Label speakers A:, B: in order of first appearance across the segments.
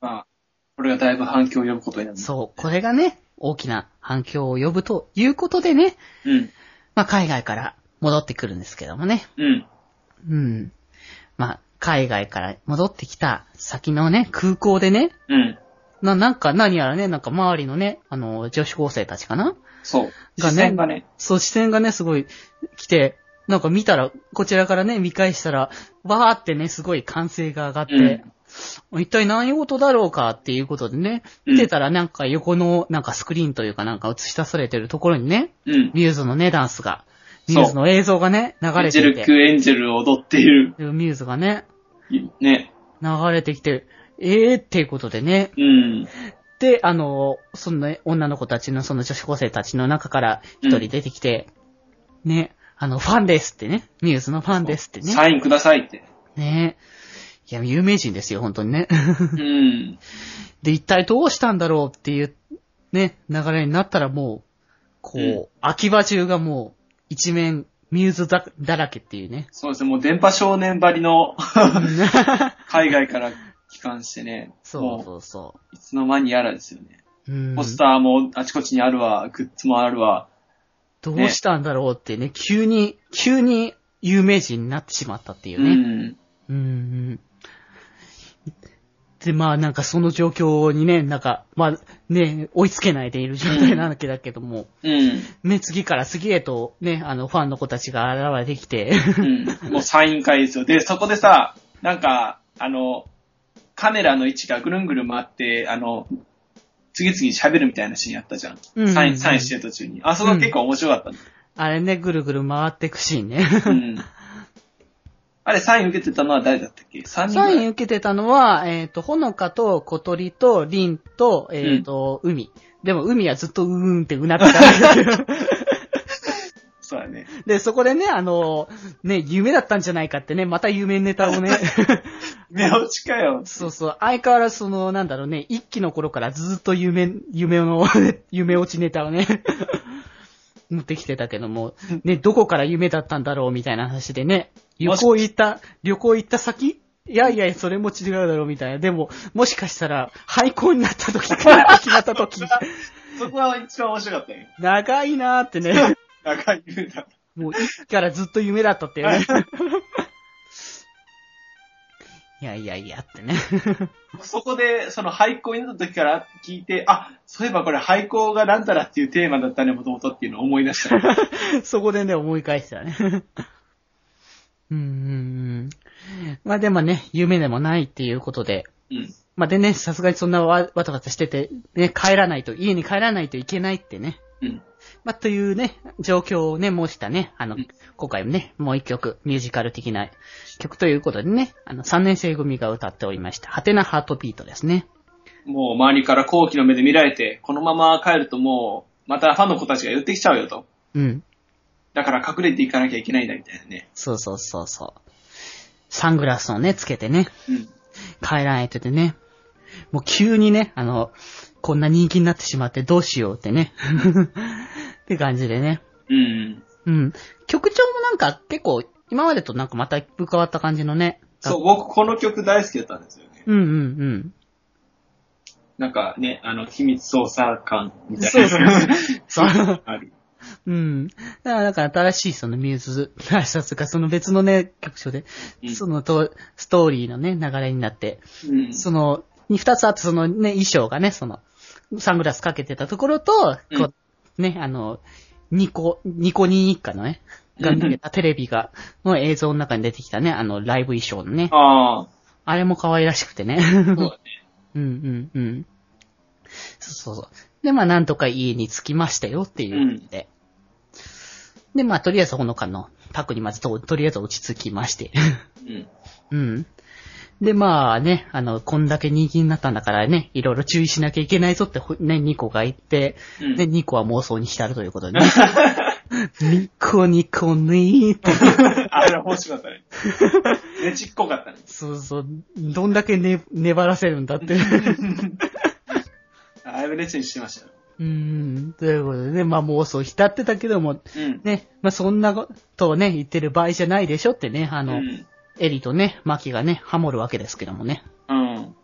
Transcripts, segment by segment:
A: まあ、これがだいぶ反響を呼ぶことになる。
B: そう、これがね、大きな反響を呼ぶということでね、
A: うん。
B: まあ海外から戻ってくるんですけどもね。
A: うん。
B: うん。まあ海外から戻ってきた先のね、空港でね、
A: うん。
B: な、なんか何やらね、なんか周りのね、あの、女子高生たちかな
A: そう。
B: が
A: 視
B: ね
A: 線がね、
B: そう、視線がね、すごい来て、なんか見たら、こちらからね、見返したら、わーってね、すごい歓声が上がって、一体何事だろうかっていうことでね、
A: うん
B: 見てたらなんか横の、なんかスクリーンというかなんか映し出されてるところにね、
A: うん。
B: ミューズのね、ダンスが、
A: そう
B: ミューズの映像がね、流
A: エン
B: れ
A: ジ
B: て
A: ェ
B: い
A: ル
B: て、
A: クエンジェルを踊っている。
B: ミューズがね、
A: ね。
B: 流れてきて、えーっていうことでね、
A: うん。
B: で、あの、そのね女の子たちの、その女子高生たちの中から一人出てきて、ね、あの、ファンですってね、ミューズのファンですってね。
A: サインくださいっ て。
B: ねいや、有名人ですよ、本当にね。
A: うん。
B: で、一体どうしたんだろうっていう、ね、流れになったらもう、こう、
A: うん。
B: 秋葉中がもう、一面、ミューズだだらけっていうね
A: そうですね。もう電波少年ばり の海外から帰還してね。
B: そう
A: も
B: そうそう
A: いつの間にやらですよね。
B: う。うん
A: ポスターもあちこちにあるわ、グッズもあるわ。
B: どうしたんだろうってね、急に、急に有名人になってしまったっていう
A: う
B: ね。
A: ん。
B: うんうん。で、まあなんかその状況にね、なんか、まあね、追いつけないでいる状態なわけだけども、
A: うん。
B: ね、次から次へとね、あのファンの子たちが現れてきて、
A: うん。もうサイン会ですよ。で、そこでさ、なんか、あの、カメラの位置がぐるんぐるん回って、あの、次々喋るみたいなシーンやったじゃん。
B: うん
A: サイン、サインしてる途中に。あ、そこ結構面白かったね、
B: あれね、ぐるぐる回ってくシーンね。
A: うん。あれ、サイン受けてたのは誰だったっけ ?3 人ぐら
B: サ
A: い
B: イン受けてたのは、えっ、と、ほのかと小鳥とりんと、えっ、と、海。でも海はずっとうーんってうなってた。
A: そうだね。
B: で、そこでね、あの、ね、夢だったんじゃないかってね、また有名ネタを ね、
A: 目落ちかよ。
B: そうそう。相変わらずその、なんだろうね、一期の頃からずっと夢、夢の、 夢落ちネタをね、 持ってきてたけども、ね、どこから夢だったんだろうみたいな話でね、旅
A: もし
B: 行行った、旅行行った先いやいや、それも違うだろうみたいな。でも、もしかしたら、廃校になった時から決まった時、
A: そこは一番面白かったよ。
B: 長いなーってね、
A: 中井優太。
B: もう一期からずっと夢だったってね。いやいやいやってね。
A: そこで、その廃校になった時から聞いて、あ、そういえばこれ廃校がなんたらっていうテーマだったね、もともとっていうのを思い出 した。
B: そこでね、思い返したらね。 うんうんうん。まあでもね、夢でもないっていうことで。
A: うん。
B: まあでね、さすがにそんなわわたわたしてて、ね、帰らないと、家に帰らないといけないってね。
A: うん。
B: まあというね、状況をね、模したね、あの
A: うん、
B: 今回もね、もう一曲、ミュージカル的な曲ということでね、あの、3年生組が歌っておりました、ハテナハートビートですね。
A: もう周りから好奇の目で見られて、このまま帰るともう、またファンの子たちが寄ってきちゃうよと。
B: うん。
A: だから隠れていかなきゃいけないんだみたいなね。
B: そうそうそうそう。サングラスをね、つけてね。
A: うん。
B: 帰らないとでね、もう急にね、あの、こんな人気になってしまってどうしようってね。 って感じでね。
A: うん。
B: うん。曲調もなんか結構、今までとなんかまた一風変わった感じのね。
A: そう、僕この曲大好きだったんですよね。
B: うんうん
A: なんかね、あの、秘密操作感みたいな。
B: そうそうそう。
A: ある。
B: うん。だから、だから新しいそのミューズ、挨拶がその別のね、曲調で、
A: うん
B: そのと、ストーリーのね、流れになって、
A: うん。
B: その、に二つあって、そのね、衣装がね、その、サングラスかけてたところと、
A: う
B: こう、ね、あの、ニコ、ニコニー一家のね、が見てたテレビが、の映像の中に出てきたね、あの、ライブ衣装のね、
A: ああ、
B: あれも可愛らしくてね。
A: そうだね。
B: うんうんうん。そうそうそう。で、まあ、なんとか家に着きましたよっていうことで。で、まあ、とりあえずほのかのタクにまずと、とりあえず落ち着きまして。
A: うん。
B: うん。で、まあね、あの、こんだけ人気になったんだからね、いろいろ注意しなきゃいけないぞって、ほね、ニコが言って、
A: うん
B: で、ニコは妄想に浸るということ でね。ニコニコニーって、
A: あれ欲しかった ね。ねちっこかったね。
B: そうそう、どんだけね、粘らせるん だって。
A: だいぶレチにしてましたよ。
B: うん、ということでね、まあ妄想浸ってたけども、
A: うん。
B: ね、まあそんなことをね、言ってる場合じゃないでしょってね、あ
A: う
B: の、
A: ん。
B: エリとね、マキがね、ハモるわけですけどもね。
A: うん。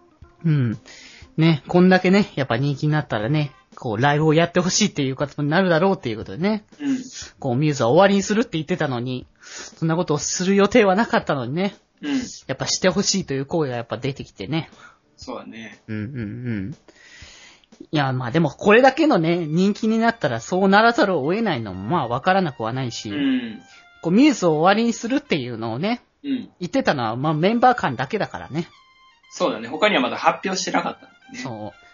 B: うん。ね、こんだけね、やっぱ人気になったらね、こう、ライブをやってほしいっていうことになるだろうっていうことでね、
A: うん。
B: こう、ミューズは終わりにするって言ってたのに、そんなことをする予定はなかったのにね、
A: うん。
B: やっぱしてほしいという声がやっぱ出てきてね。
A: そうだね。
B: うんうんうん。いや、まあでもこれだけのね、人気になったらそうならざるを得ないのもまあわからなくはないし、
A: うん。
B: こう、ミューズを終わりにするっていうのをね、
A: うん。
B: 言ってたのはまあメンバー間だけだからね。
A: そうだね。他にはまだ発表してなかったんだね。
B: そう。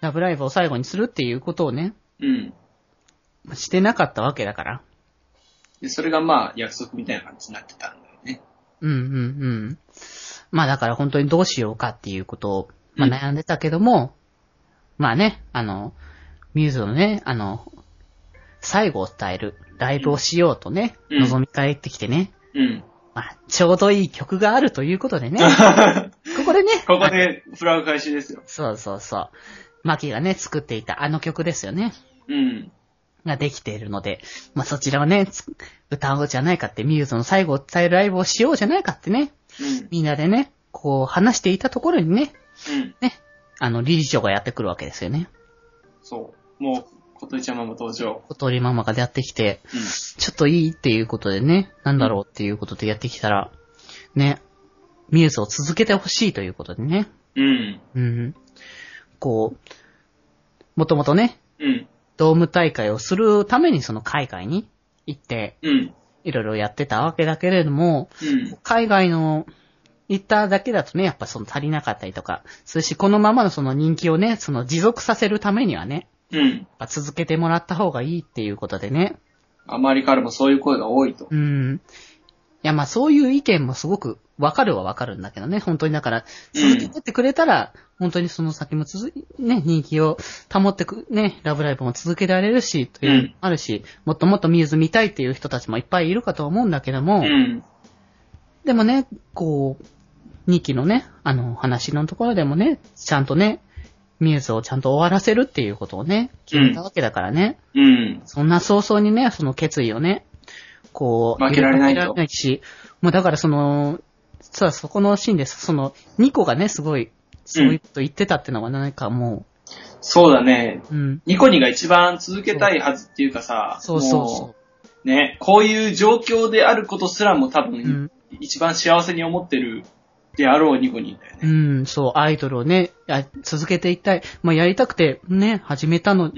B: ラブライブを最後にするっていうことをね、
A: うん。
B: してなかったわけだから。
A: で、それがまあ、約束みたいな感じになってたんだよね。
B: うんうんうん。まあだから本当にどうしようかっていうことを、まあ
A: うん
B: 悩んでたけども、まあね、あの、ミューズのね、あの、最後を伝えるライブをしようとね、
A: うん
B: 望み帰ってきてね、
A: うん。
B: まあちょうどいい曲があるということでね、こ こでね、
A: ここで、フラグ開始ですよ。
B: そうそうそう、マキがね、作っていたあの曲ですよね、
A: うん。
B: ができているので、まあそちらをね、つ歌おうじゃないかって、ミューズの最後を伝えるライブをしようじゃないかってね、
A: うん。
B: みんなでね、こう話していたところにね、
A: うん。
B: あの、理事長がやってくるわけですよね。
A: そう。もう、琴井ちゃまも登場。
B: 小鳥ママがやってきて、
A: うん。
B: ちょっといいっていうことでね、なんだろうっていうことでやってきたら、ね、ミューズを続けてほしいということでね、
A: うん。
B: うん。こう、もともとね、
A: うん。
B: ドーム大会をするためにその海外に行って、
A: うん。
B: いろいろやってたわけだけれども、
A: うん。
B: 海外の行っただけだとね、やっぱその足りなかったりとか、それしこのままのその人気をね、その持続させるためにはね、
A: うん。
B: やっぱ続けてもらった方がいいっていうことでね。
A: 周りからもそういう声が多いと。
B: うん。いや、まあそういう意見もすごくわかるはわかるんだけどね、本当にだから、
A: うん
B: 続けてってくれたら、本当にその先も続い、ね、人気を保ってく、ね、ラブライブも続けられるし、というのもあるし、もっともっとミューズ見たいっていう人たちもいっぱいいるかと思うんだけども、
A: うん。
B: でもね、こう、2期のね、あの、話のところでもね、ちゃんとね、ミューズをちゃんと終わらせるっていうことをね、決めたわけだからね。
A: うん。
B: そんな早々にね、その決意をね、こう、
A: 負けられないと
B: 負けらし、もうだからその、実はそこのシーンです。その、ニコがね、すごい、そういうこと言ってたってのが何かも
A: そうだね。
B: う、うん。
A: ニコニが一番続けたいはずっていうかさ、
B: そうそう
A: も
B: そう
A: ね、こういう状況であることすらも多
B: う。
A: 分、
B: うん、
A: 一番幸せに思ってるであろうニコニだよ
B: う
A: ね。
B: ん、そう、アイドルをね、や続けていきたい。まあ、やりたくて、ね、始めたの、
A: うん。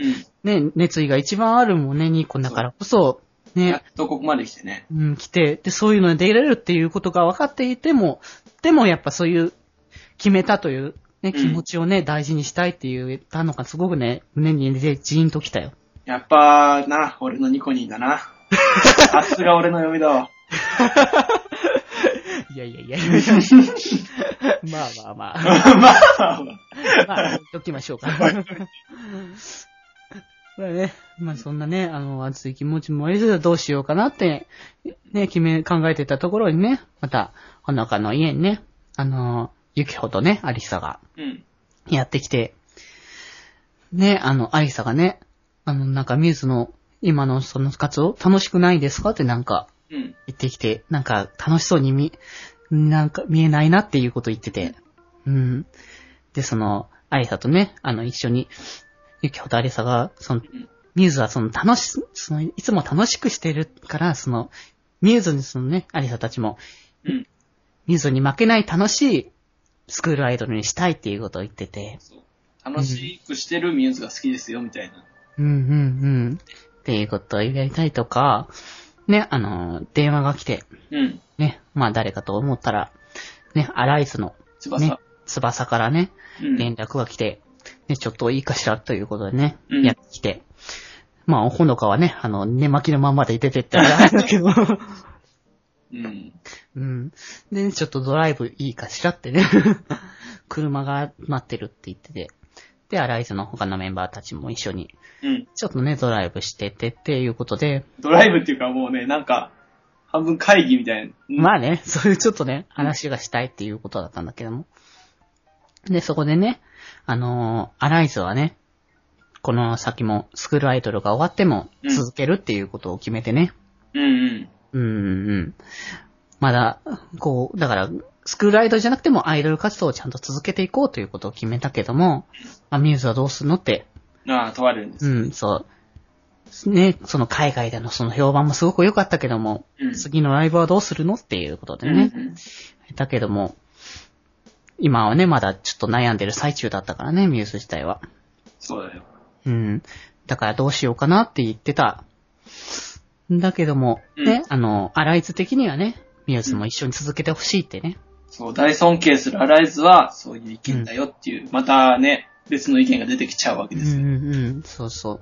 B: ね、熱意が一番あるもんね、ニコだからこそ、
A: やっ
B: ね、
A: とここまで来てね。
B: うん、来て、で、そういうのに出れるっていうことが分かっていても、でもやっぱそういう、決めたという、ね、
A: うん
B: 気持ちをね、大事にしたいって言ったのがすごくね、胸にでジーンときたよ。
A: やっぱな、俺のニコニだな。 さすが俺の嫁だわ。
B: いやいやいや まあまあま
A: ま
B: あ。
A: あ、
B: まあ、言っときましょうか。 まあね、まあそんなね、あの、熱い気持ちもありつつどうしようかなって、ね、決め、考えてたところにね、また、ほのかの家にね、あの、ゆきほとね、ありさが
A: うん。
B: やってきて、ね、あの、ありさがね、あの、なんかミューズの今のその活動楽しくないですかってなんか
A: うん。
B: 言ってきて、なんか楽しそうに見、なんか見えないなっていうこと言ってて。うん。で、その、アリサとね、あの、一緒に、ゆきほとアリサが、その
A: ん、
B: ミューズはその楽し、その、いつも楽しくしてるから、その、ミューズにそのね、アリサたちも、
A: うん。
B: ミューズに負けない楽しいスクールアイドルにしたいっていうことを言ってて。
A: そう楽しくしてるミューズが好きですよ、みたいな。
B: うんうんうん。っていうことをやりたいとか、ね、あの、電話が来て、
A: うん。
B: ね、まあ誰かと思ったら、ね、アライズの
A: 翼。
B: ね、翼からね、
A: うん。
B: 連絡が来て、ね、ちょっといいかしらということでね、
A: うん
B: やってきて。まあ、ほのかはね、あの、寝巻きのままで出てったら、だけど、
A: うん。
B: うん。で、ちょっとドライブいいかしらってね、 車が待ってるって言ってて、で、アライズの他のメンバーたちも一緒に、
A: うん。
B: ちょっとね、ドライブしててっていうことで、
A: ドライブっていうかもうね、なんか、半分会議みたいな。うん
B: まあね、 そういうちょっとね、話がしたいっていうことだったんだけども。で、そこでね、あのーアライズはね、この先もスクールアイドルが終わっても
A: うん
B: 続けるっていうことを決めてね。
A: うんうん。
B: うん、うん、まだ、こう、だから、スクールアイドルじゃなくてもアイドル活動をちゃんと続けていこうということを決めたけども、まあ、ミューズはどうするのって、
A: ああ、問われるんです。
B: うん、そう。ね、その海外でのその評判もすごく良かったけども、
A: うん
B: 次のライブはどうするのっていうことでね。
A: うん
B: だけども、今はね、まだちょっと悩んでる最中だったからね、ミューズ自体は。
A: そうだよ。
B: うん。だからどうしようかなって言ってた。だけども、
A: うん
B: ね、あの、アライズ的にはね、ミューズも一緒に続けてほしいってね。
A: そう、大尊敬するアライズは、そういう意見だよっていう、またね、別の意見が出てきちゃうわけ
B: う
A: で
B: ん
A: すよ。
B: うんうん、そうそう。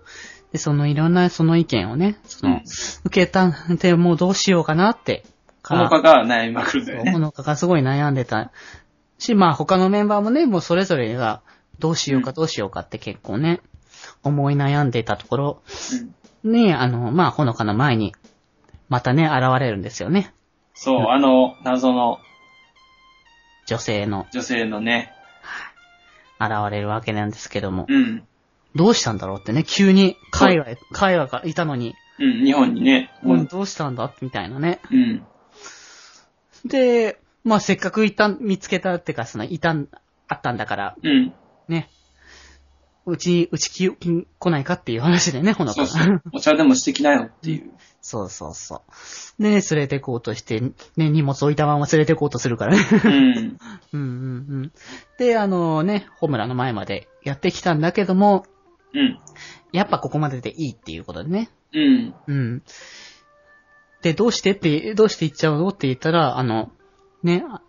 B: で、そのいろんなその意見をね、そうの
A: ん、
B: 受けたんでもうどうしようかなって、
A: このかが悩みまく るんだよ
B: そうほ
A: ね。
B: のかがすごい悩んでたし、まあ他のメンバーもね、もうそれぞれがどうしようかどうしようかって結構ね、思い悩んでたところ、
A: うん
B: ね、あの、まあほのかの前に、またね、現れるんですよね。
A: そう、あの、謎の
B: 女性の
A: 女性のね、
B: 現れるわけなんですけども、
A: うん、
B: どうしたんだろうってね、急に海外、海外がいたのに、
A: うん、日本にね、う
B: うん
A: ん、
B: どうしたんだみたいなね。
A: うん、
B: で、まあせっかくいた、見つけたってか、その、いたん、あったんだから、
A: うん、
B: ね。うち、うちき、き来ないかっていう話でね、ほの
A: そ
B: か
A: うそう
B: が。、
A: お茶でもしてきなよっていう。
B: そうそうそう。ね連れてこうとして、ね、荷物置いたまま連れてこうとする からね。
A: うん、
B: うんうんうん。で、あのね、ホムラの前までやってきたんだけども、
A: うん、
B: やっぱここまででいいっていうことでね。
A: うん、
B: うん。で、どうしてって、どうして行っちゃうのって言ったら、あの、ね、あ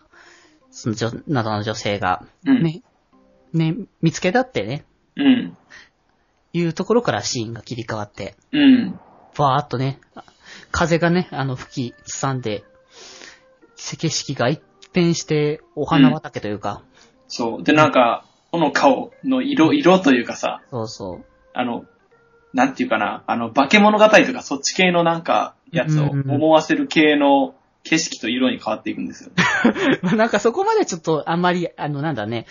B: その女、などの女性が、
A: うん
B: ね、ね、見つけたってね、
A: うん、
B: いうところからシーンが切り替わって、
A: うん、
B: バーっとね、風がね、あの、吹き、つさんで、景色が一変して、お花畑というか、
A: そう。で、なんか、この顔の色、色というかさ、
B: そうそう。
A: あの、なんていうかな、あの、化け物語とかそっち系のなんか、やつを
B: うんうんうん
A: 思わせる系の景色と色に変わっていくんですよ。
B: まあなんかそこまでちょっと、あんまり、あの、なんだね、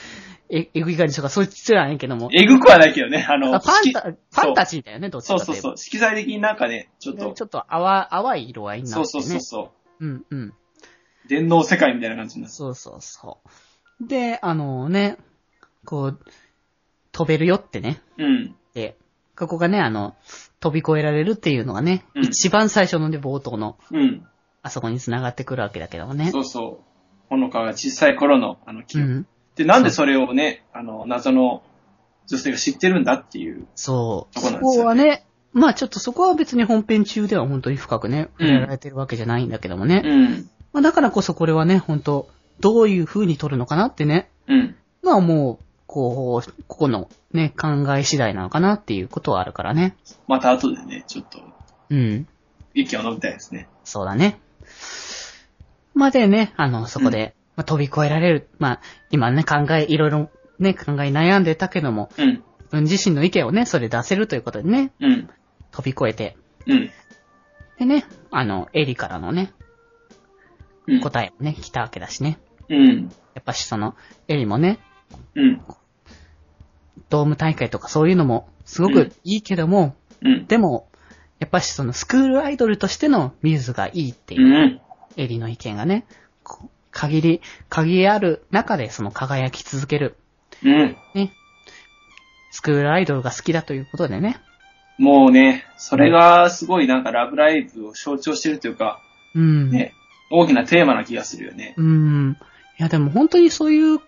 B: え、えぐい感じとか、そういつらはねんけども、
A: えぐくはないけどね、あの、
B: あファンタ
A: 色、
B: ファンタジーだよね、どっち
A: そ
B: か
A: う
B: と
A: そ
B: い
A: う
B: え
A: そ
B: ば。
A: う、色彩的になんかね、ちょっと、
B: ちょっと淡、淡い色合いになって
A: そう
B: ね。
A: そうそうそ
B: うんうん。
A: う、電脳世界みたいな感じになる。
B: そうそうそう。で、あのね、こう、飛べるよってね。
A: うん、
B: で、ここがね、あの、飛び越えられるっていうのがね、
A: うん
B: 一番最初のね、冒頭の、
A: うん、
B: あそこに繋がってくるわけだけどもね。
A: そうそう。ほのかが小さい頃の、あの、記
B: う
A: 憶。
B: ん。
A: で、なんでそれをね、あの、謎の女性が知ってるんだっていう。
B: そう。
A: そこな
B: そ
A: んですよね
B: こはね、まあちょっとそこは別に本編中では本当に深くね、
A: うん
B: 触れられてるわけじゃないんだけどもね。
A: うん、
B: まあだからこそこれはね、本当どういう風に撮るのかなってね。
A: うん、
B: まあもう、こう、ここのね、考え次第なのかなっていうことはあるからね。
A: また後でね、ちょっと、
B: うん。
A: 息を飲みたいですね。
B: そうだね。までね、あの、そこで、まあ、飛び越えられる。まあ、今ね、考え、いろいろね、考え悩んでたけども、
A: うん、
B: 自分自身の意見をね、それ出せるということでね、
A: うん、
B: 飛び越えて。
A: うん、
B: でね、あの、エリからのね、
A: うん、
B: 答えもね、来たわけだしね。
A: うん、
B: やっぱしその、エリもね、
A: うん、
B: ドーム大会とかそういうのも、すご
A: うん
B: くいいけども、
A: うん、
B: でも、やっぱしそのスクールアイドルとしてのミューズがいいっていう、
A: うん、
B: エリの意見がね、こう限り、限りある中でその輝き続ける、
A: うん。
B: ね。スクールアイドルが好きだということでね。
A: もうね、それがすごいなんかラブライブを象徴してるというか、
B: うん。
A: ね、大きなテーマな気がするよね。
B: うん。いやでも本当にそういう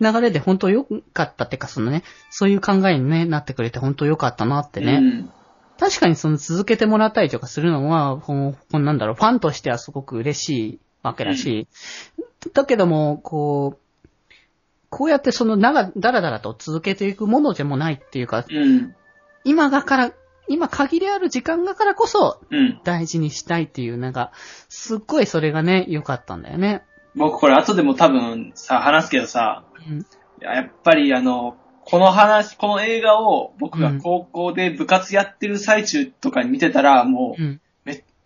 B: 流れで本当良かったってかそのね、そういう考えに、ね、なってくれて本当良かったなってね。
A: うん。
B: 確かにその続けてもらったりとかするのは、こうこうなんだろう、ファンとしてはすごく嬉しいわけだし、だけども、こう、こうやってその長、だらだらと続けていくものでもないっていうか、
A: うん。
B: 今がから、今限りある時間がからこそ
A: うん。
B: 大事にしたいっていう、なんか、すっごいそれがね、良かったんだよね。
A: 僕これ後でも多分さ、話すけどさ、
B: うん
A: やっぱりあの、この話、この映画を僕が高校で部活やってる最中とかに見てたら、もう
B: うん。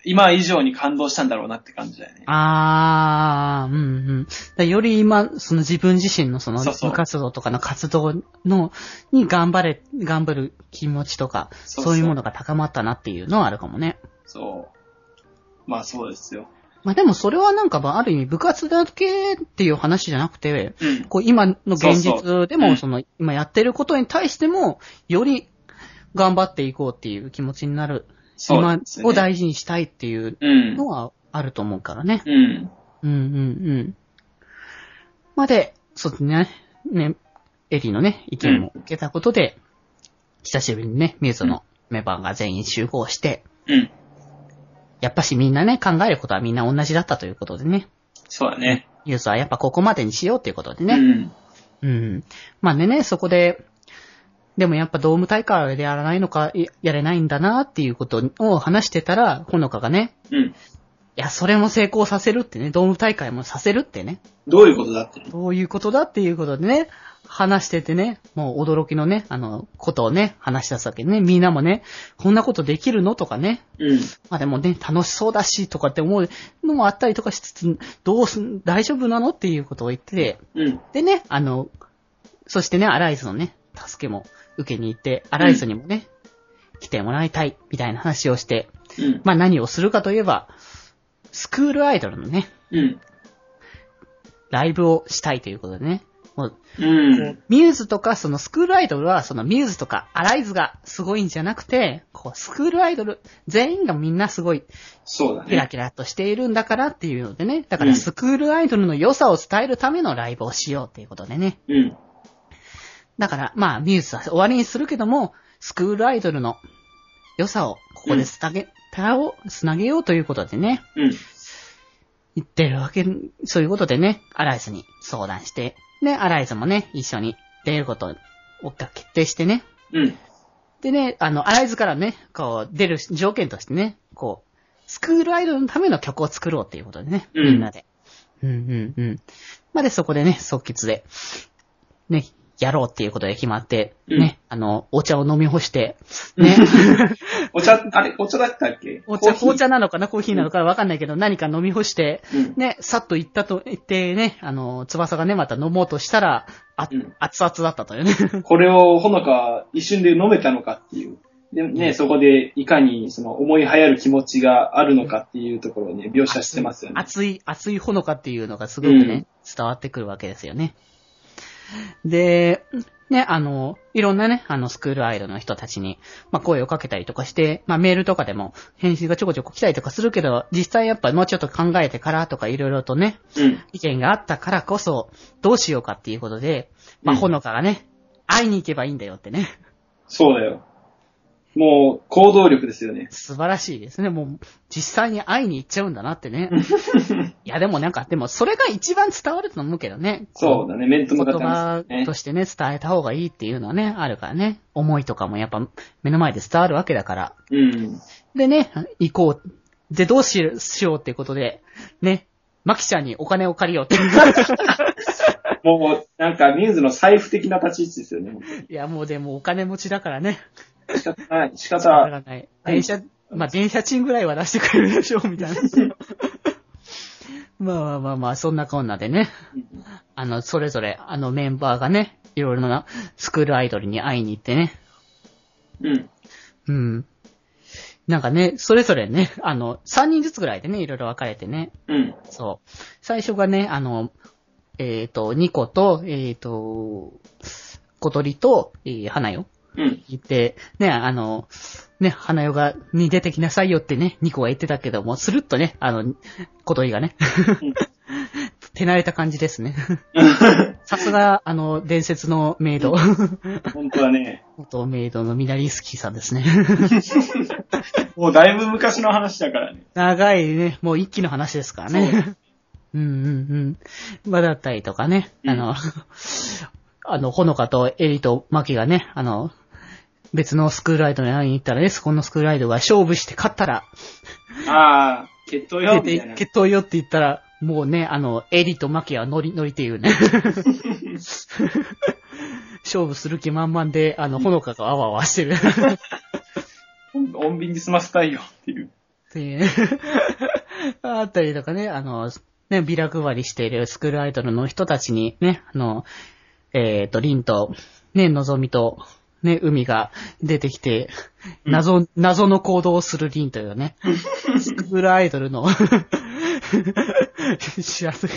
A: 今以上に感動したんだろうなって感じだよね。
B: あー、うんうん。だより今、その自分自身のその
A: そうそう
B: 部活動とかの活動の、に頑張れ、頑張る気持ちとか、
A: そ
B: そうう
A: そう
B: いうものが高まったなっていうのはあるかもね。
A: そう。まあそうですよ。
B: まあでもそれはなんかまあある意味部活だけっていう話じゃなくて、
A: うん。
B: こう今の現
A: そうそう
B: 実で
A: う
B: も
A: ん
B: その今やってることに対してもより頑張っていこうっていう気持ちになる。
A: そうです
B: 今を
A: ね。
B: 大事にしたいっていう
A: うん
B: の。はあると思うからね。
A: うん。
B: うんうんうん。まで、そうですね。ね、エリーのね、意見も受けたことで、久しぶりにね、ミューズのメンバーが全員集合して、
A: うん。
B: やっぱしみんなね、考えることはみんな同じだったということでね。
A: そうだね。
B: ユーズはやっぱここまでにしようっていうことで
A: う
B: ね。
A: ん。
B: うん。まあねね、そこで、でもやっぱドーム大会でやらないのか、いやれないんだなっていうことを話してたら、ほのかがね、
A: うん。
B: いや、それも成功させるってね、ドーム大会もさせるってね、
A: どういうことだって。
B: どういうことだっていうことでね、話しててね、もう驚きのね、あの、ことをね、話し出すわけでね、みんなもね、こんなことできるのとかね、
A: うん。
B: まあでもね、楽しそうだし、とかって思うのもあったりとかしつつ、どうすん、大丈夫なのっていうことを言ってて、
A: うん。
B: でね、あの、そしてね、アライズのね、助けも受けに行って、アライズにもね、来てもらいたい、みたいな話をして、
A: うん。
B: まあ何をするかといえば、スクールアイドルのね、
A: うん。
B: ライブをしたいということでね、もう
A: うん。
B: ミューズとか、そのスクールアイドルは、そのミューズとかアライズがすごいんじゃなくて、こう、スクールアイドル、全員がみんなすごい、
A: そうだ
B: キラ
A: ね。
B: キラとしているんだからっていうのでね、だか
A: う
B: ら
A: ん
B: スクールアイドルの良さを伝えるためのライブをしようっていうことでね。
A: うん。
B: だから、まあ、ミューズは終わりにするけども、スクールアイドルの良さをここでつなげ、たをつなげようということでね、
A: うん。
B: 言ってるわけ、そういうことでね、アライズに相談して、ね、アライズもね、一緒に出ることを決定してね、
A: うん。
B: でね、あの、アライズからね、こう、出る条件としてね、こう、スクールアイドルのための曲を作ろうっていうことでね、
A: うん
B: みんなで。うんうんうん。まあで、そこでね、即決で、ね、やろうっていうことで決まって、
A: うん
B: ね、あの、お茶を飲み干して、
A: うん
B: ね、
A: お茶、あれ、お茶だったっけ
B: お
A: コ
B: 茶、
A: ー
B: 紅
A: ヒー
B: 茶なのかな、コーヒーなのかわかんないけど、何か飲み干して、
A: うん。
B: ね、さっと行ったと言ってね、あの、翼がね、また飲もうとしたら、あ
A: うん、
B: 熱々だったというね。
A: これをほのかは一瞬で飲めたのかっていう。でね、そこでいかにその思い流行る気持ちがあるのかっていうところをね、描写してますよね。
B: 熱い、熱いほのかっていうのがすごくね、
A: うん
B: 伝わってくるわけですよね。で、ね、あの、いろんなね、あの、スクールアイドルの人たちに、まあ、声をかけたりとかして、まあ、メールとかでも返信がちょこちょこ来たりとかするけど、実際やっぱもうちょっと考えてからとかいろいろとね、
A: うん。
B: 意見があったからこそ、どうしようかっていうことで、まあ、
A: うん
B: ほのかがね、会いに行けばいいんだよってね。
A: そうだよ。もう、行動力ですよね。
B: 素晴らしいですね。もう、実際に会いに行っちゃうんだなっ てね。いや、でもなんか、でもそれが一番伝わると思うけどね。
A: そうだね。面と
B: 言
A: 向かってま
B: 葉
A: すね
B: と。してね、伝えた方がいいっていうのはね、あるからね。思いとかもやっぱ目の前で伝わるわけだから。
A: うん。
B: でね、行こう。で、どうしようしようっていうことで、ね、マキちゃんにお金を借りようって。
A: もう、なんか、ミューズの財布的な立ち位置ですよね。
B: いや、もうでもお金持ちだからね。
A: 仕方ない。仕
B: 仕方
A: 方、
B: がない。電車、まあ、電車賃ぐらいは出してくれるでしょう、みたいな。まあまあまあまあ、そんなこんなでね。
A: うん
B: あの、それぞれ、あのメンバーがね、いろいろなスクールアイドルに会いに行ってね。
A: うん。
B: うん。なんかね、それぞれね、あの、3人ずつぐらいでね、いろいろ分かれてね。
A: うん。
B: そう。最初がね、あの、えっ、と、ニコと、えっ、と、小鳥と、えー、花よ。
A: うん。
B: 言って、ね、あの、ね、花代が、に出てきなさいよってね、ニコは言ってたけども、スルッとね、あの、小鳥がね、 手慣れた感じで すね。さすが、あの、伝説のメイ ド。
A: 本当はね、
B: 元メイドのミナリスキーさんで すね。
A: もうだいぶ昔の話だからね。
B: 長いね、もう一気の話ですからね。うんうんうん。まあだったりとかね、
A: うん
B: あの、 あの、ほのかとエリとマキがね、あの、別のスクールアイドルに会いに行ったらね、そこのスクールアイドルが勝負して勝ったら、
A: ああ、決闘よ、みた
B: 出
A: い
B: て
A: な。
B: 決闘よって言ったら、もうね、あの、エリとマキはノリノリって いうね。 勝負する気満々で、あの、ほのかがあわあわしてる。
A: 穏便に済ませたいよっていう。
B: っていう ねあったりとかね、あの、ね、ビラ配りしているスクールアイドルの人たちにね、あの、えっ、と、リンと、ね、のぞみと、ね、海が出てきて、 謎、謎の行動をするリンというね、スクールアイドルの 知らず、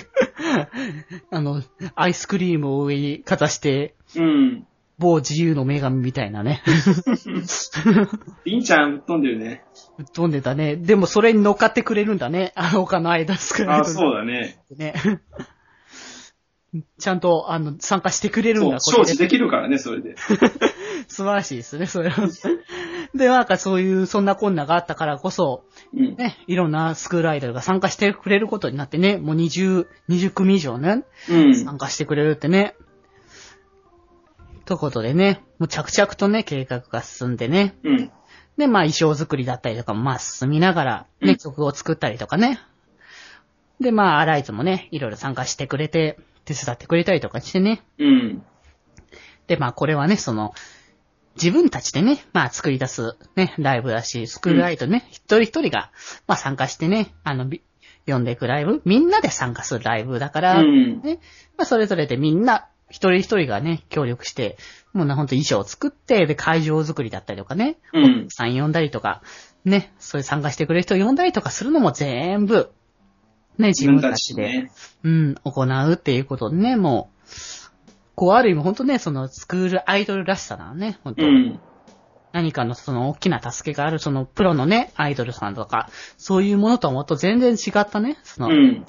B: あの、アイスクリームを上にかざして、
A: うん。
B: 某自由の女神みたい なね。
A: りんちゃん飛んでるね。
B: ぶっ飛んでたね。でもそれに乗っかってくれるんだね。あの、他の間少ない
A: あ、
B: と
A: そうだ ね。
B: ね。 ちゃんと、あの、参加してくれるん
A: そう、
B: だ、
A: 承
B: で
A: 知できるからね、それで。
B: 素晴らしいですね、それは。で、なんかそういう、そんなこんながあったからこそ、
A: うん。
B: ね、いろんなスクールアイドルが参加してくれることになってね、もう20、20組以上ね、
A: うん。
B: 参加してくれるってね。ということでね、もう着々とね、計画が進んでね。
A: うん。
B: で、まあ衣装作りだったりとかも、まあ進みながら、
A: う
B: ね、
A: ん
B: 曲を作ったりとかね。で、まあ、アライズもね、いろいろ参加してくれて、手伝ってくれたりとかしてね。
A: うん。
B: で、まあ、これはね、その、自分たちでね、まあ、作り出す、ね、ライブだし、スクールライトね、一人一人が、まあ、参加してね、あの、び呼んでいくライブ、みんなで参加するライブだから、
A: うん。
B: ね、まあ、それぞれでみんな、一人一人がね、協力して、もうな、ほんと衣装を作って、で、会場作りだったりとかね、
A: うん。
B: さん呼んだりとか、ね、そういう参加してくれる人呼んだりとかするのも全部、ね、自分たちで、
A: ね。
B: うん、行うっていうことでね、もう、こうある意味本当ね、そのスクールアイドルらしさなのね、本当、
A: うん。
B: 何かのその大きな助けがある、そのプロのね、アイドルさんとか、そういうものとはもっと全然違ったね、そうの、
A: ん。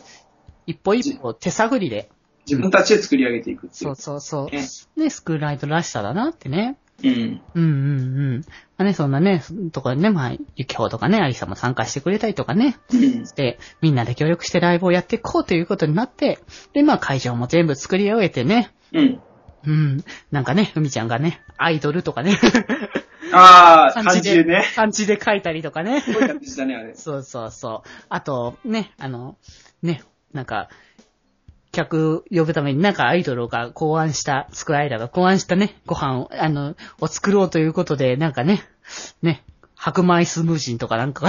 B: 一歩一歩手探りで、
A: 自分たちで作り上げていくってい
B: そうう。そうそ
A: ね
B: う、ね、スクールアイドルらしさだなってね。
A: うん。
B: うんうんうん。まあね、そんなね、ところにね、まあ、ゆきほうとかね、ありさも参加してくれたりとかね、
A: うん。
B: で、みんなで協力してライブをやっていこうということになって、で、まあ会場も全部作り終えてね、
A: うん。
B: うん。なんかね、ふみちゃんがね、アイドルとかね、
A: ああ、感じでね。
B: 漢字で書いたりとかね。
A: すごい感じだね、あれ。
B: そうそうそう。あと、ね、あの、ね、なんか、客呼ぶためになんかアイドルが考案した、スクライダーが考案したね、ご飯を、あの、を作ろうということで、なんかね、ね、白米スムージーとかなんか、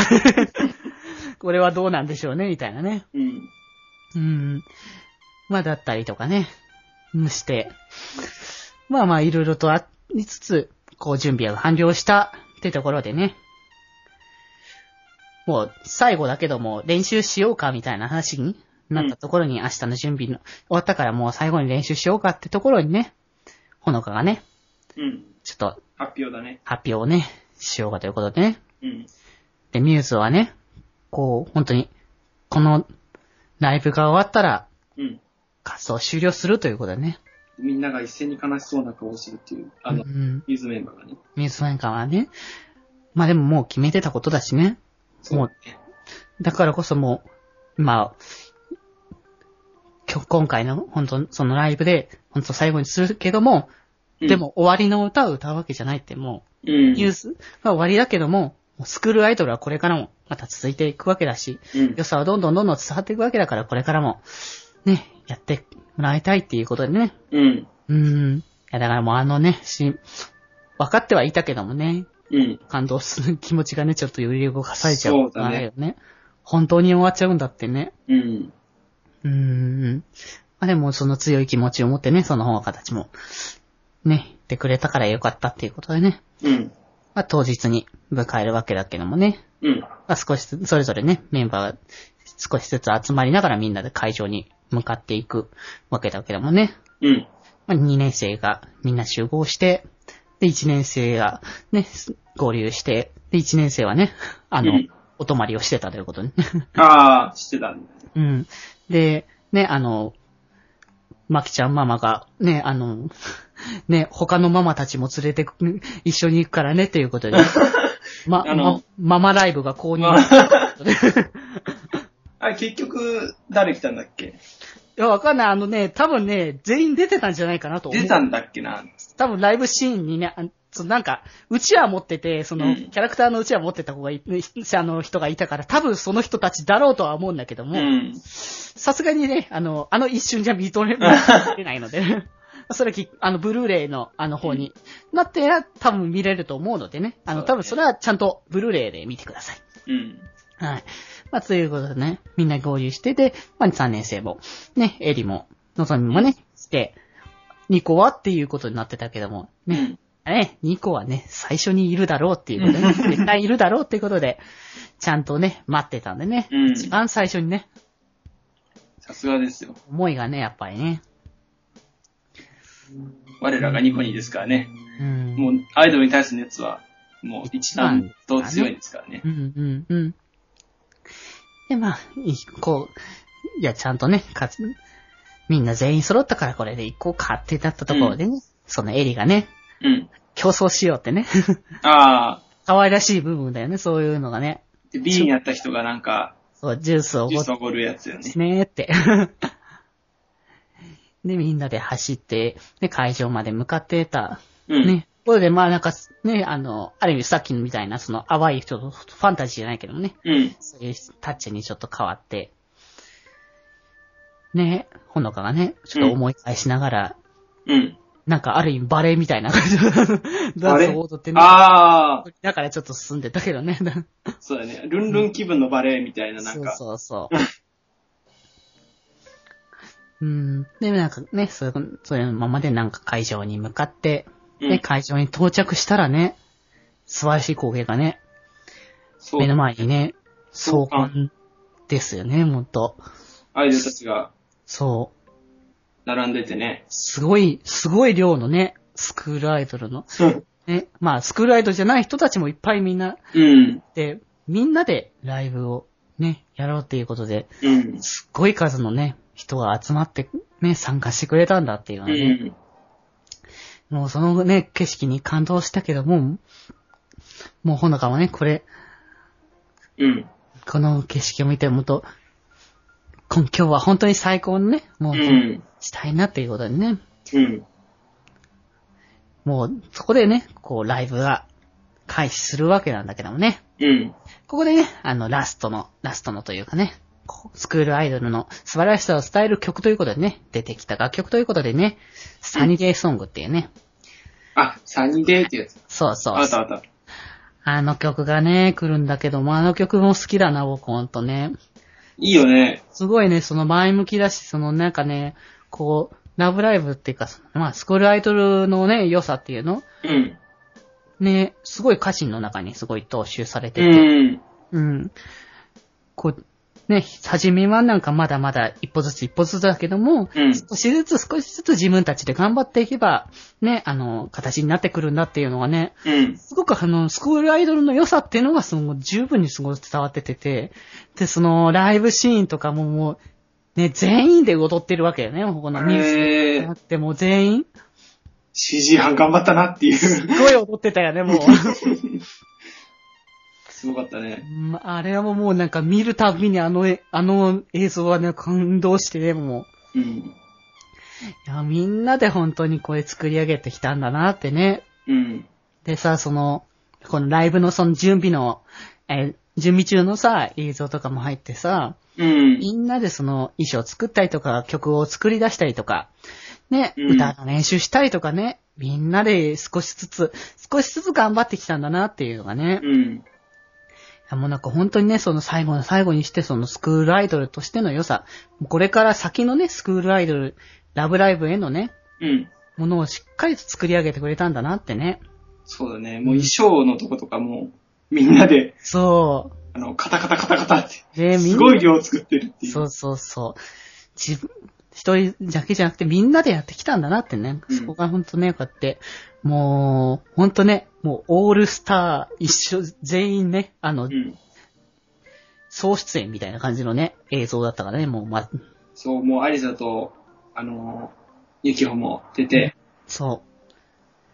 B: これはどうなんでしょうね、みたいなね。
A: うん。
B: うん。まあ、だったりとかね、うんして、まあまあ、いろいろとありつつ、こう、準備が完了したってところでね、もう、最後だけども、練習しようか、みたいな話になったところに、明日の準備の、終わったからもう最後に練習しようかってところにね、ほのかがね、
A: うん。
B: ちょっと
A: 発表だね。
B: 発表をね、しようかということでね、
A: うん。
B: で、ミューズはね、こう、本当に、このライブが終わったら、
A: うん。
B: 活動終了するということだね。
A: みんなが一斉に悲しそうな顔をするっていう、あ
B: う
A: の、
B: ん。
A: ユーズメンバーがね。
B: 水なんかはね。まあでももう決めてたことだしね。
A: そうだね。
B: だからこそもう、まあ、今日今回の本当そのライブで、本当最後にするけども、
A: うん
B: で、も終わりの歌を歌うわけじゃないっても
A: うん
B: う、。ニュースは終わりだけども、もうスクールアイドルはこれからもまた続いていくわけだし、
A: うん
B: 良さはどんどんどんどん伝わっていくわけだから、これからも、ね、やってもらいたいっていうことでね、
A: うん。
B: うーん。いや、だからもうあのね、し、分かってはいたけどもね、
A: うん。
B: 感動する気持ちがね、ちょっと揺り動かされちゃう
A: そう
B: と
A: だ
B: あ
A: ね
B: れよね。本当に終わっちゃうんだってね。
A: うん。
B: うーん。まあでも、その強い気持ちを持ってね、その方たちも、ね、言ってくれたからよかったっていうことでね。
A: うん。
B: まあ当日に迎えるわけだけどもね。
A: うん。
B: まあ少しずつ、それぞれね、メンバーが少しずつ集まりながらみんなで会場に向かっていくわけだけどもね。
A: うん。
B: まあ、2年生がみんな集合して、で、1年生がね、す合流して、で、1年生はね、あの、
A: うん
B: お泊まりをしてたということね。
A: ああ、知ってたんだね。
B: うん。で、ね、あの、まきちゃんママが、ね、あの、 ね、他のママたちも連れてく、一緒に行くからね、ということで、 ま、
A: あの
B: まママライブが購入。
A: ま
B: い
A: あ あれ、結局、誰来たんだっけ
B: や、わかんない。あのね、多分ね、全員出てたんじゃないかなと思う。
A: 出たんだっけな
B: 多分ライブシーンにね、あそのなんか、うちわ持ってて、その、
A: うん
B: キャラクターのうちわ持ってた子がい、あの人がいたから、多分その人たちだろうとは思うんだけど
A: う
B: も、
A: ん。
B: さすがにね、あの、あの一瞬じゃ認めら れないので、それき、あの、ブルーレイの、あの方になって、多分見れると思うのでね、あの、
A: そうだね
B: 多分それはちゃんとブルーレイで見てください。
A: うん。
B: はい。まあ、ということでね、みんな合流して、で、まあ、3年生も、ね、エリも、のぞみもね、して、ニコはっていうことになってたけども、
A: う
B: ね、
A: ん。
B: あね、2個はね、最初にいるだろうっていうことで、ね、絶対いるだろうっていうことで、ちゃんとね、待ってたんでね、
A: うん
B: 一番最初にね、
A: さすがですよ。
B: 思いがね、やっぱりね。
A: 我らがニコニですからね。
B: うん。
A: もう、アイドルに対する熱は、もう一段と強いですからね。
B: うんうんうん。で、まあ、いこう、いや、ちゃんとね、かつ、みんな全員揃ったからこれで行こうかってなったところでね、そのエリがね、
A: うん。
B: 競争しようってね、
A: ああ、
B: 可愛らしい部分だよね、そういうのがね。
A: で、B になった人がなんか、
B: そう、ジュースをお
A: ジュ
B: ご
A: ー
B: っ
A: スおごるやつよね
B: て。ねーって。 で、みんなで走って、で、会場まで向かってた。
A: うん。
B: ね。ところで、まあなんか、ね、あの、ある意味さっきのみたいな、その淡い人とファンタジーじゃないけどもね、
A: うん。
B: そういうタッチにちょっと変わって、ね、ほのかがね、ちょっと思い返しながら、
A: うん。
B: なんかある意味バレエみたいな感じでダンスを踊ってね、
A: あ
B: だからちょっと進んでたけどね。
A: あ、そうだね。ルンルン気分のバレエみたいな、なんか。
B: そうそうそう。 うん。で、なんかね、そういう、そういうままでなんか会場に向かって、
A: う
B: で、
A: ん
B: 会場に到着したらね、素晴らしい光景がね、
A: そう
B: 目の前にね、
A: 壮
B: 壮
A: 観
B: 観ですよね、ほんと。
A: アイドルたちが
B: そう。
A: 並んでて ね。
B: すごい、すごい量のね、スクールアイドルの。
A: うん。
B: ね、まあ、スクールアイドルじゃない人たちもいっぱいみんな、
A: うん。
B: で、みんなでライブをね、やろうっていうことで、
A: うん。
B: すっごい数のね、人が集まってね、参加してくれたんだっていうのは
A: う
B: ね、
A: ん。
B: もうそのね、景色に感動したけども、もうほのかはね、これ、
A: うん。
B: この景色を見てもっと、こん今日は本当に最高のね、もう、
A: うん。
B: したいなっていうことでね、
A: うん。
B: もう、そこでね、こう、ライブが開始するわけなんだけどもね。
A: うん。
B: ここでね、あの、ラストの、ラストのというかね、こうスクールアイドルの素晴らしさを伝える曲ということでね、出てきた楽曲ということでね、サニーデイソングっていうね、
A: あ、サニーデーってやつ。
B: そうそう
A: あったあった。
B: あの曲がね、来るんだけども、あの曲も好きだな、僕ほんとね。
A: いいよね。
B: すごいね、その前向きだし、そのなんかね、こう、ラブライブっていうか、そのまあ、スクールアイドルのね、良さっていうの
A: うん。
B: ね、すごい歌詞の中にすごい踏襲されて
A: う
B: て、
A: ん。
B: うん。こう、ね、初めはなんかまだまだ一歩ずつ一歩ずつだけども、
A: うん。
B: 少しずつ少しずつ自分たちで頑張っていけば、ね、あの、形になってくるんだっていうのがね、
A: うん。
B: すごくあの、スクールアイドルの良さっていうのがすごい十分にすごい伝わっててて、で、その、ライブシーンとかももう、ね、全員で踊ってるわけよね、ここのミュージ
A: え
B: ック
A: ー
B: あ、って、もう全員、
A: CG 班頑張ったなっていう。
B: すごい踊ってたよね、もう。
A: すごかったね。
B: うんあれはもうなんか見るたびにあの絵、あの映像はね、感動してね、もう。
A: うん。
B: いや、みんなで本当にこれ作り上げてきたんだなってね。
A: うん。
B: でさ、その、このライブのその準備の、えー準備中のさ、映像とかも入ってさ、
A: うん。
B: みんなでその衣装作ったりとか、曲を作り出したりとか、ね、
A: うん
B: 歌の練習したりとかね、みんなで少しずつ、少しずつ頑張ってきたんだなっていうのがね。い
A: うん。
B: やもうなんか本当にね、その最後の最後にして、そのスクールアイドルとしての良さ、これから先のね、スクールアイドル、ラブライブへのね、
A: うん。
B: ものをしっかりと作り上げてくれたんだなってね。
A: そうだね。もう衣装のとことかも、みんなで、
B: そ
A: あの、カタカタカタカタって、
B: う。で、みん
A: す
B: な。
A: ごい量作ってるっていう。
B: そうそうそう。自分、一人だけじゃなくてみんなでやってきたんだなってね。
A: うん
B: そこがほんとね、こうやって、もう、ほんとね、もうオールスター一緒、全員ね、あの
A: う、ん。
B: 総出演みたいな感じのね、映像だったからね、もう、ま、
A: そう、もうアリサと、あのー、ユキホも出て、
B: そ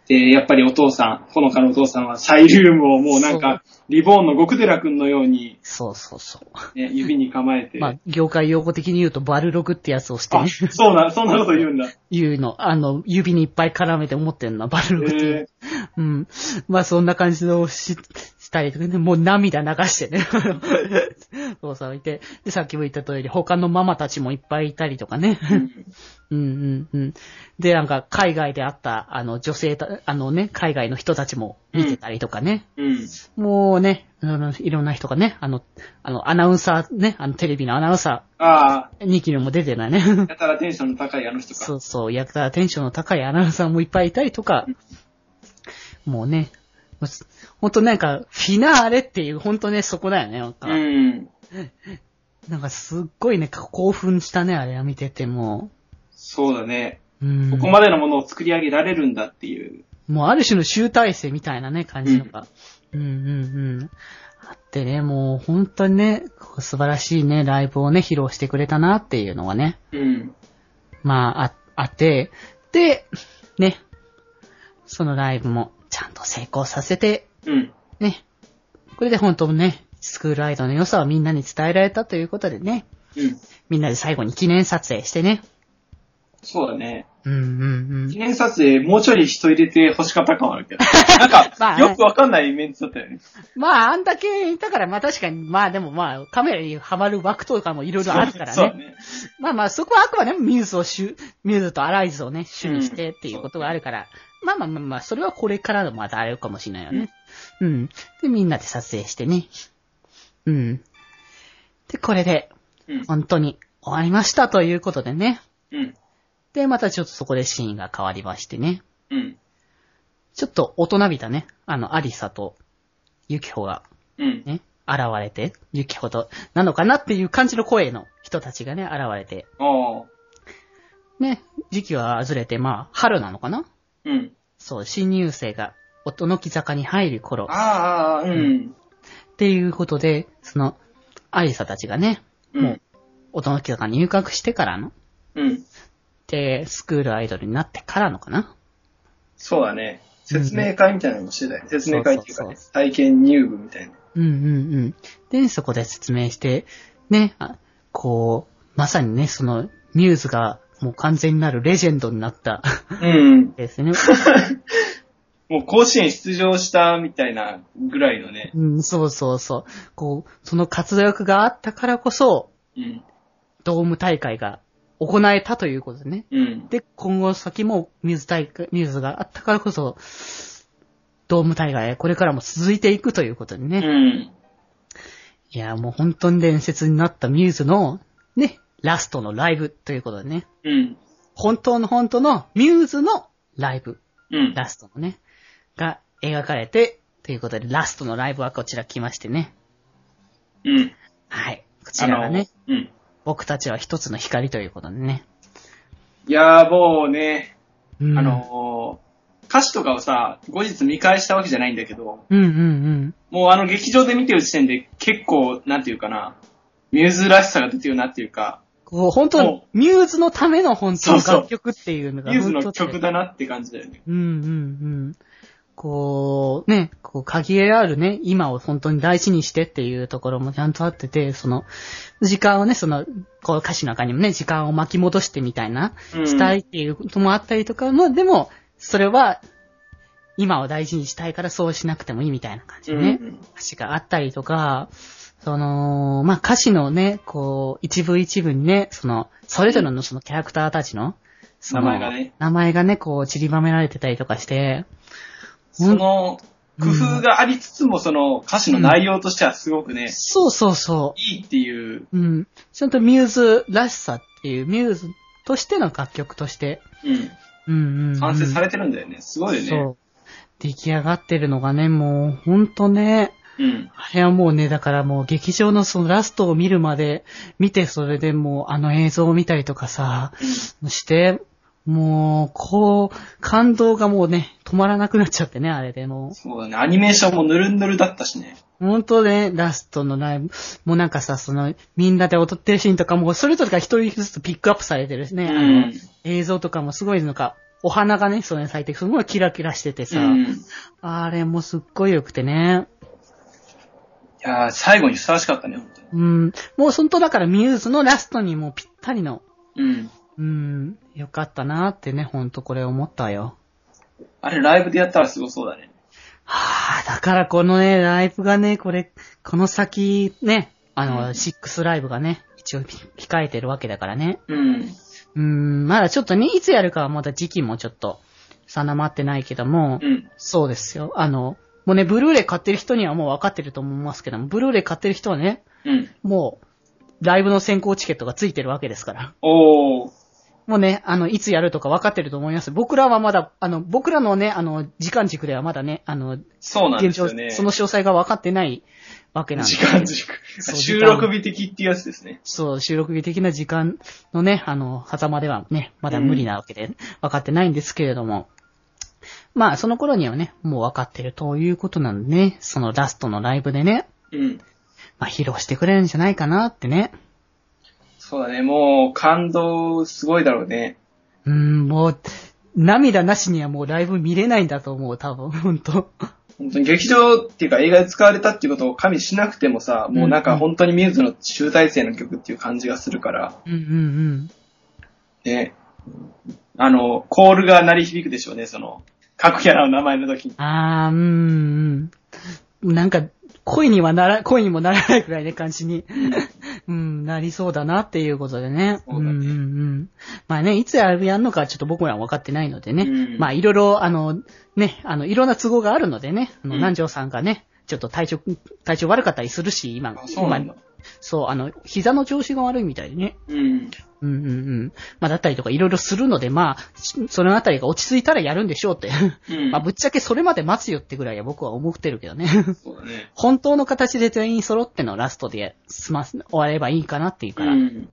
A: で、やっぱりお父さん、ほのかのお父さんはサイリウムをもうなんか、リボーンの極寺くんのように
B: う、、そうそうそう。
A: ね、指に構えて、
B: まあ、業界用語的に言うと、バルログってやつをして
A: あ
B: ね、
A: そうな、そんなこと言うんだ。
B: 言うの、あの、指にいっぱい絡めて持ってんの、バルログっていう。
A: えー
B: うん。まあそんな感じのし、したりとかね、もう涙流してね。 そうさんいて。で、さっきも言った通り、他のママたちもいっぱいいたりとかね。
A: うん
B: うんうんうん。で、なんか海外で会った、あの女性た、あのね、海外の人たちも見てたりとかね。
A: うん。
B: もうね、あのいろんな人がね、あの、あの、アナウンサーね、あのテレビのアナウンサ
A: ああ、
B: ー、2キロも出てないね。
A: やたらテンションの高いあの人か。
B: そうそう、やったらテンションの高いアナウンサーもいっぱいいたりとか、もうね、もうすほんとなんか、フィナーレっていう、ほんとね、そこだよね、なんか。
A: うん。
B: なんかすっごいね、興奮したね、あれは見てても。
A: そうだね。
B: うん。
A: ここまでのものを作り上げられるんだっていう。
B: もうある種の集大成みたいなね、感じのが。うん、うん、うん。あってね、もう本当にね、素晴らしいね、ライブをね、披露してくれたなっていうのはね、
A: うん。
B: まあ、あ、あって、で、ね、そのライブもちゃんと成功させて、
A: うん。
B: ね、これで本当にね、スクールアイドルの良さをみんなに伝えられたということでね、
A: うん。
B: みんなで最後に記念撮影してね。
A: そうだね。
B: うんうん
A: 記念撮影、もうちょい人入れて欲しかった感はあるけど。 なんか、
B: まあ
A: よくわかんないメンツだったよね。
B: うん。まあ、あんだけいたから、まあ確かに、まあでもまあ、カメラにはまる枠とかもいろいろあるから
A: そうだ
B: ね。まあまあ、そこはあくまでもミューズを主、ミューズとアライズをね、主にしてっていうことがあるから、まあまあまあまあ、それはこれからのまたあれかもしれないよね。うん。で、みんなで撮影してね。うん。で、これで、
A: うん。
B: 本当に終わりましたということでね。
A: うん。
B: で、またちょっとそこでシーンが変わりましてね。
A: うん。
B: ちょっと大人びたね、あの、アリサと、ユキホが、
A: うん。
B: ね、現れて、ユキホと、なのかなっていう感じの声の人たちがね、現れて、
A: ああ。
B: ね、時期はずれて、まあ、春なのかな
A: うん。
B: そう、新入生が、音の木坂に入る頃、っ
A: ああ、うん。
B: ていうことで、その、アリサたちがね、
A: うん。
B: 音の木坂に入学してからの、
A: うん。
B: で、スクールアイドルになってからのかな
A: そうだね。説明会みたいなのもしてたよ。説明会っていうか
B: そう
A: ね
B: そう、
A: 体験入部みたいな。
B: うんうんうん。で、そこで説明して、ね、あこう、まさにね、その、ミューズが、もう完全になるレジェンドになった、
A: うん。
B: ですね。
A: もう甲子園出場したみたいなぐらいのね。
B: うん、そうそうそう。こう、その活躍があったからこそ、
A: うん。
B: ドーム大会が行えたということでね。
A: うん。
B: で、今後先もミューズ大会、ミューズがあったからこそ、ドーム大会、これからも続いていくということでね。
A: うん。
B: いや、もう本当に伝説になったミューズの、ね、ラストのライブということでね。
A: うん。
B: 本当の本当のミューズのライブ、
A: うん。
B: ラストのね、が描かれて、ということで、ラストのライブはこちら来ましてね。
A: うん。
B: はい。こち
A: あ
B: らが
A: の、
B: ね、
A: うん。
B: 僕たちは一つの光ということでね。
A: いやーもうね、
B: うん、
A: あ、のー歌詞とかをさ、後日見返したわけじゃないんだけど、
B: うんうん
A: もうあの劇場で見てる時点で結構、なんていうかな、ミューズらしさが出てるなっていうか、
B: うん。本当に
A: も、
B: ミューズのための本当
A: そう
B: の
A: そう
B: 楽曲っていうのが
A: ミューズ
B: 本当
A: の曲だなって感じだよね。
B: うんうんうん。こう、ね、こう、限りあるね、今を本当に大事にしてっていうところもちゃんとあってて、その、時間をね、その、こう、歌詞の中にもね、時間を巻き戻してみたいな、
A: うん
B: したいっていうこともあったりとかも、でも、それは、今を大事にしたいからそうしなくてもいいみたいな感じでね、
A: うん
B: 歌詞があったりとか、その、まあ、歌詞のね、こう、一部一部にね、その、それぞれのそのキャラクターたちの、その
A: 名前がね。
B: 名前がね、こう、散りばめられてたりとかして、
A: その、工夫がありつつも、その歌詞の内容としてはすごくね、
B: そうそうそ
A: いいっていう、
B: う。うん。ちゃんとミューズらしさっていう、ミューズとしての楽曲として、
A: う、
B: うんうん、うんん。
A: 完成されてるんだよね。すごいよね。
B: そう。出来上がってるのがね、もう、ほんとね、
A: うん。
B: あれはもうね、だからもう劇場のそのラストを見るまで、見てそれでもうあの映像を見たりとかさ、して、もう、こう、感動がもうね、止まらなくなっちゃってね、あれでもう。
A: そうだね。アニメーションもぬるぬるだったしね。
B: 本当ね、ラストのライブ、もうなんかさ、その、みんなで踊ってるシーンとかも、それぞれが一人ずつピックアップされてるしね、
A: う
B: あの
A: ん。
B: 映像とかもすごいなんか、お花がね、その咲いて、すごいキラキラしてて
A: う
B: さ、
A: ん。い
B: あれもすっごい良くてね、
A: やー最後にふさわしかったね、本当に。
B: うん、もう本当だからミューズのラストにもうぴったりの、
A: うん。
B: うん、良かったなってね、ほんとこれ思ったよ。
A: あれ、ライブでやったらすごそうだね。
B: はあ、だからこのね、ライブがね、これ、この先、ね、あ
A: う
B: の、
A: ん
B: シックスライブがね、一応控えてるわけだからね。
A: うん。
B: うーん、まだちょっとね、いつやるかはまだ時期もちょっと定まってないけども、
A: うん。
B: そうですよ。あの、もうね、ブルーレイ買ってる人にはもう分かってると思いますけども、ブルーレイ買ってる人はね、
A: うん。
B: もう、ライブの先行チケットがついてるわけですから。
A: おー。
B: もうね、あの、いつやるとか分かってると思います。僕らはまだ、あの、僕らのね、あの、時間軸ではまだね、あの、
A: そうなんで
B: 現
A: す
B: 状、
A: よね。
B: その詳細が分かってないわけなんで。
A: 時間軸。
B: そう
A: 収録日的っていうやつですね。
B: そう、収録日的な時間のね、あの、狭間ではね、まだ無理なわけで、分かってないんですけれども。まあ、その頃にはね、もう分かってるということなんでね、そのラストのライブでね、
A: うん。
B: まあ、披露してくれるんじゃないかなってね。
A: そうだね。もう、感動すごいだろうね。
B: うーん、もう、涙なしにはもうライブ見れないんだと思う、多分、ほ んと。
A: 本当に劇場っていうか映画で使われたっていうことを加味しなくてもさ、もうなんか本当にミューズの集大成の曲っていう感じがするから、
B: うんうん
A: ね。あの、コールが鳴り響くでしょうね、その、各キャラの名前の時に。
B: うん。あー、うん、うん。なんか、恋にはなら、恋にもならないくらいね、感じに、 うん、なりそうだなっていうことでね。
A: そうだね
B: んうんうん。まあね、いつやるやんのかはちょっと僕らは分かってないのでね。
A: うん
B: まあいろいろ、あの、ね、あの、いろんな都合があるのでね、あの、
A: うん
B: 南條さんがね、ちょっと体調、体調悪かったりするし、今、
A: あ、そうなん
B: 今
A: だ。
B: そう、あの、膝の調子が悪いみたいでね。
A: うん。
B: うんうんうん。まあ、だったりとかいろいろするので、まあ、しそのあたりが落ち着いたらやるんでしょうって。
A: うん。
B: まあ、ぶっちゃけそれまで待つよってぐらいは僕は思ってるけどね。
A: そうだね。
B: 本当の形で全員揃ってのラストで済ませ、終わればいいかなっていう
A: う
B: から。
A: ん。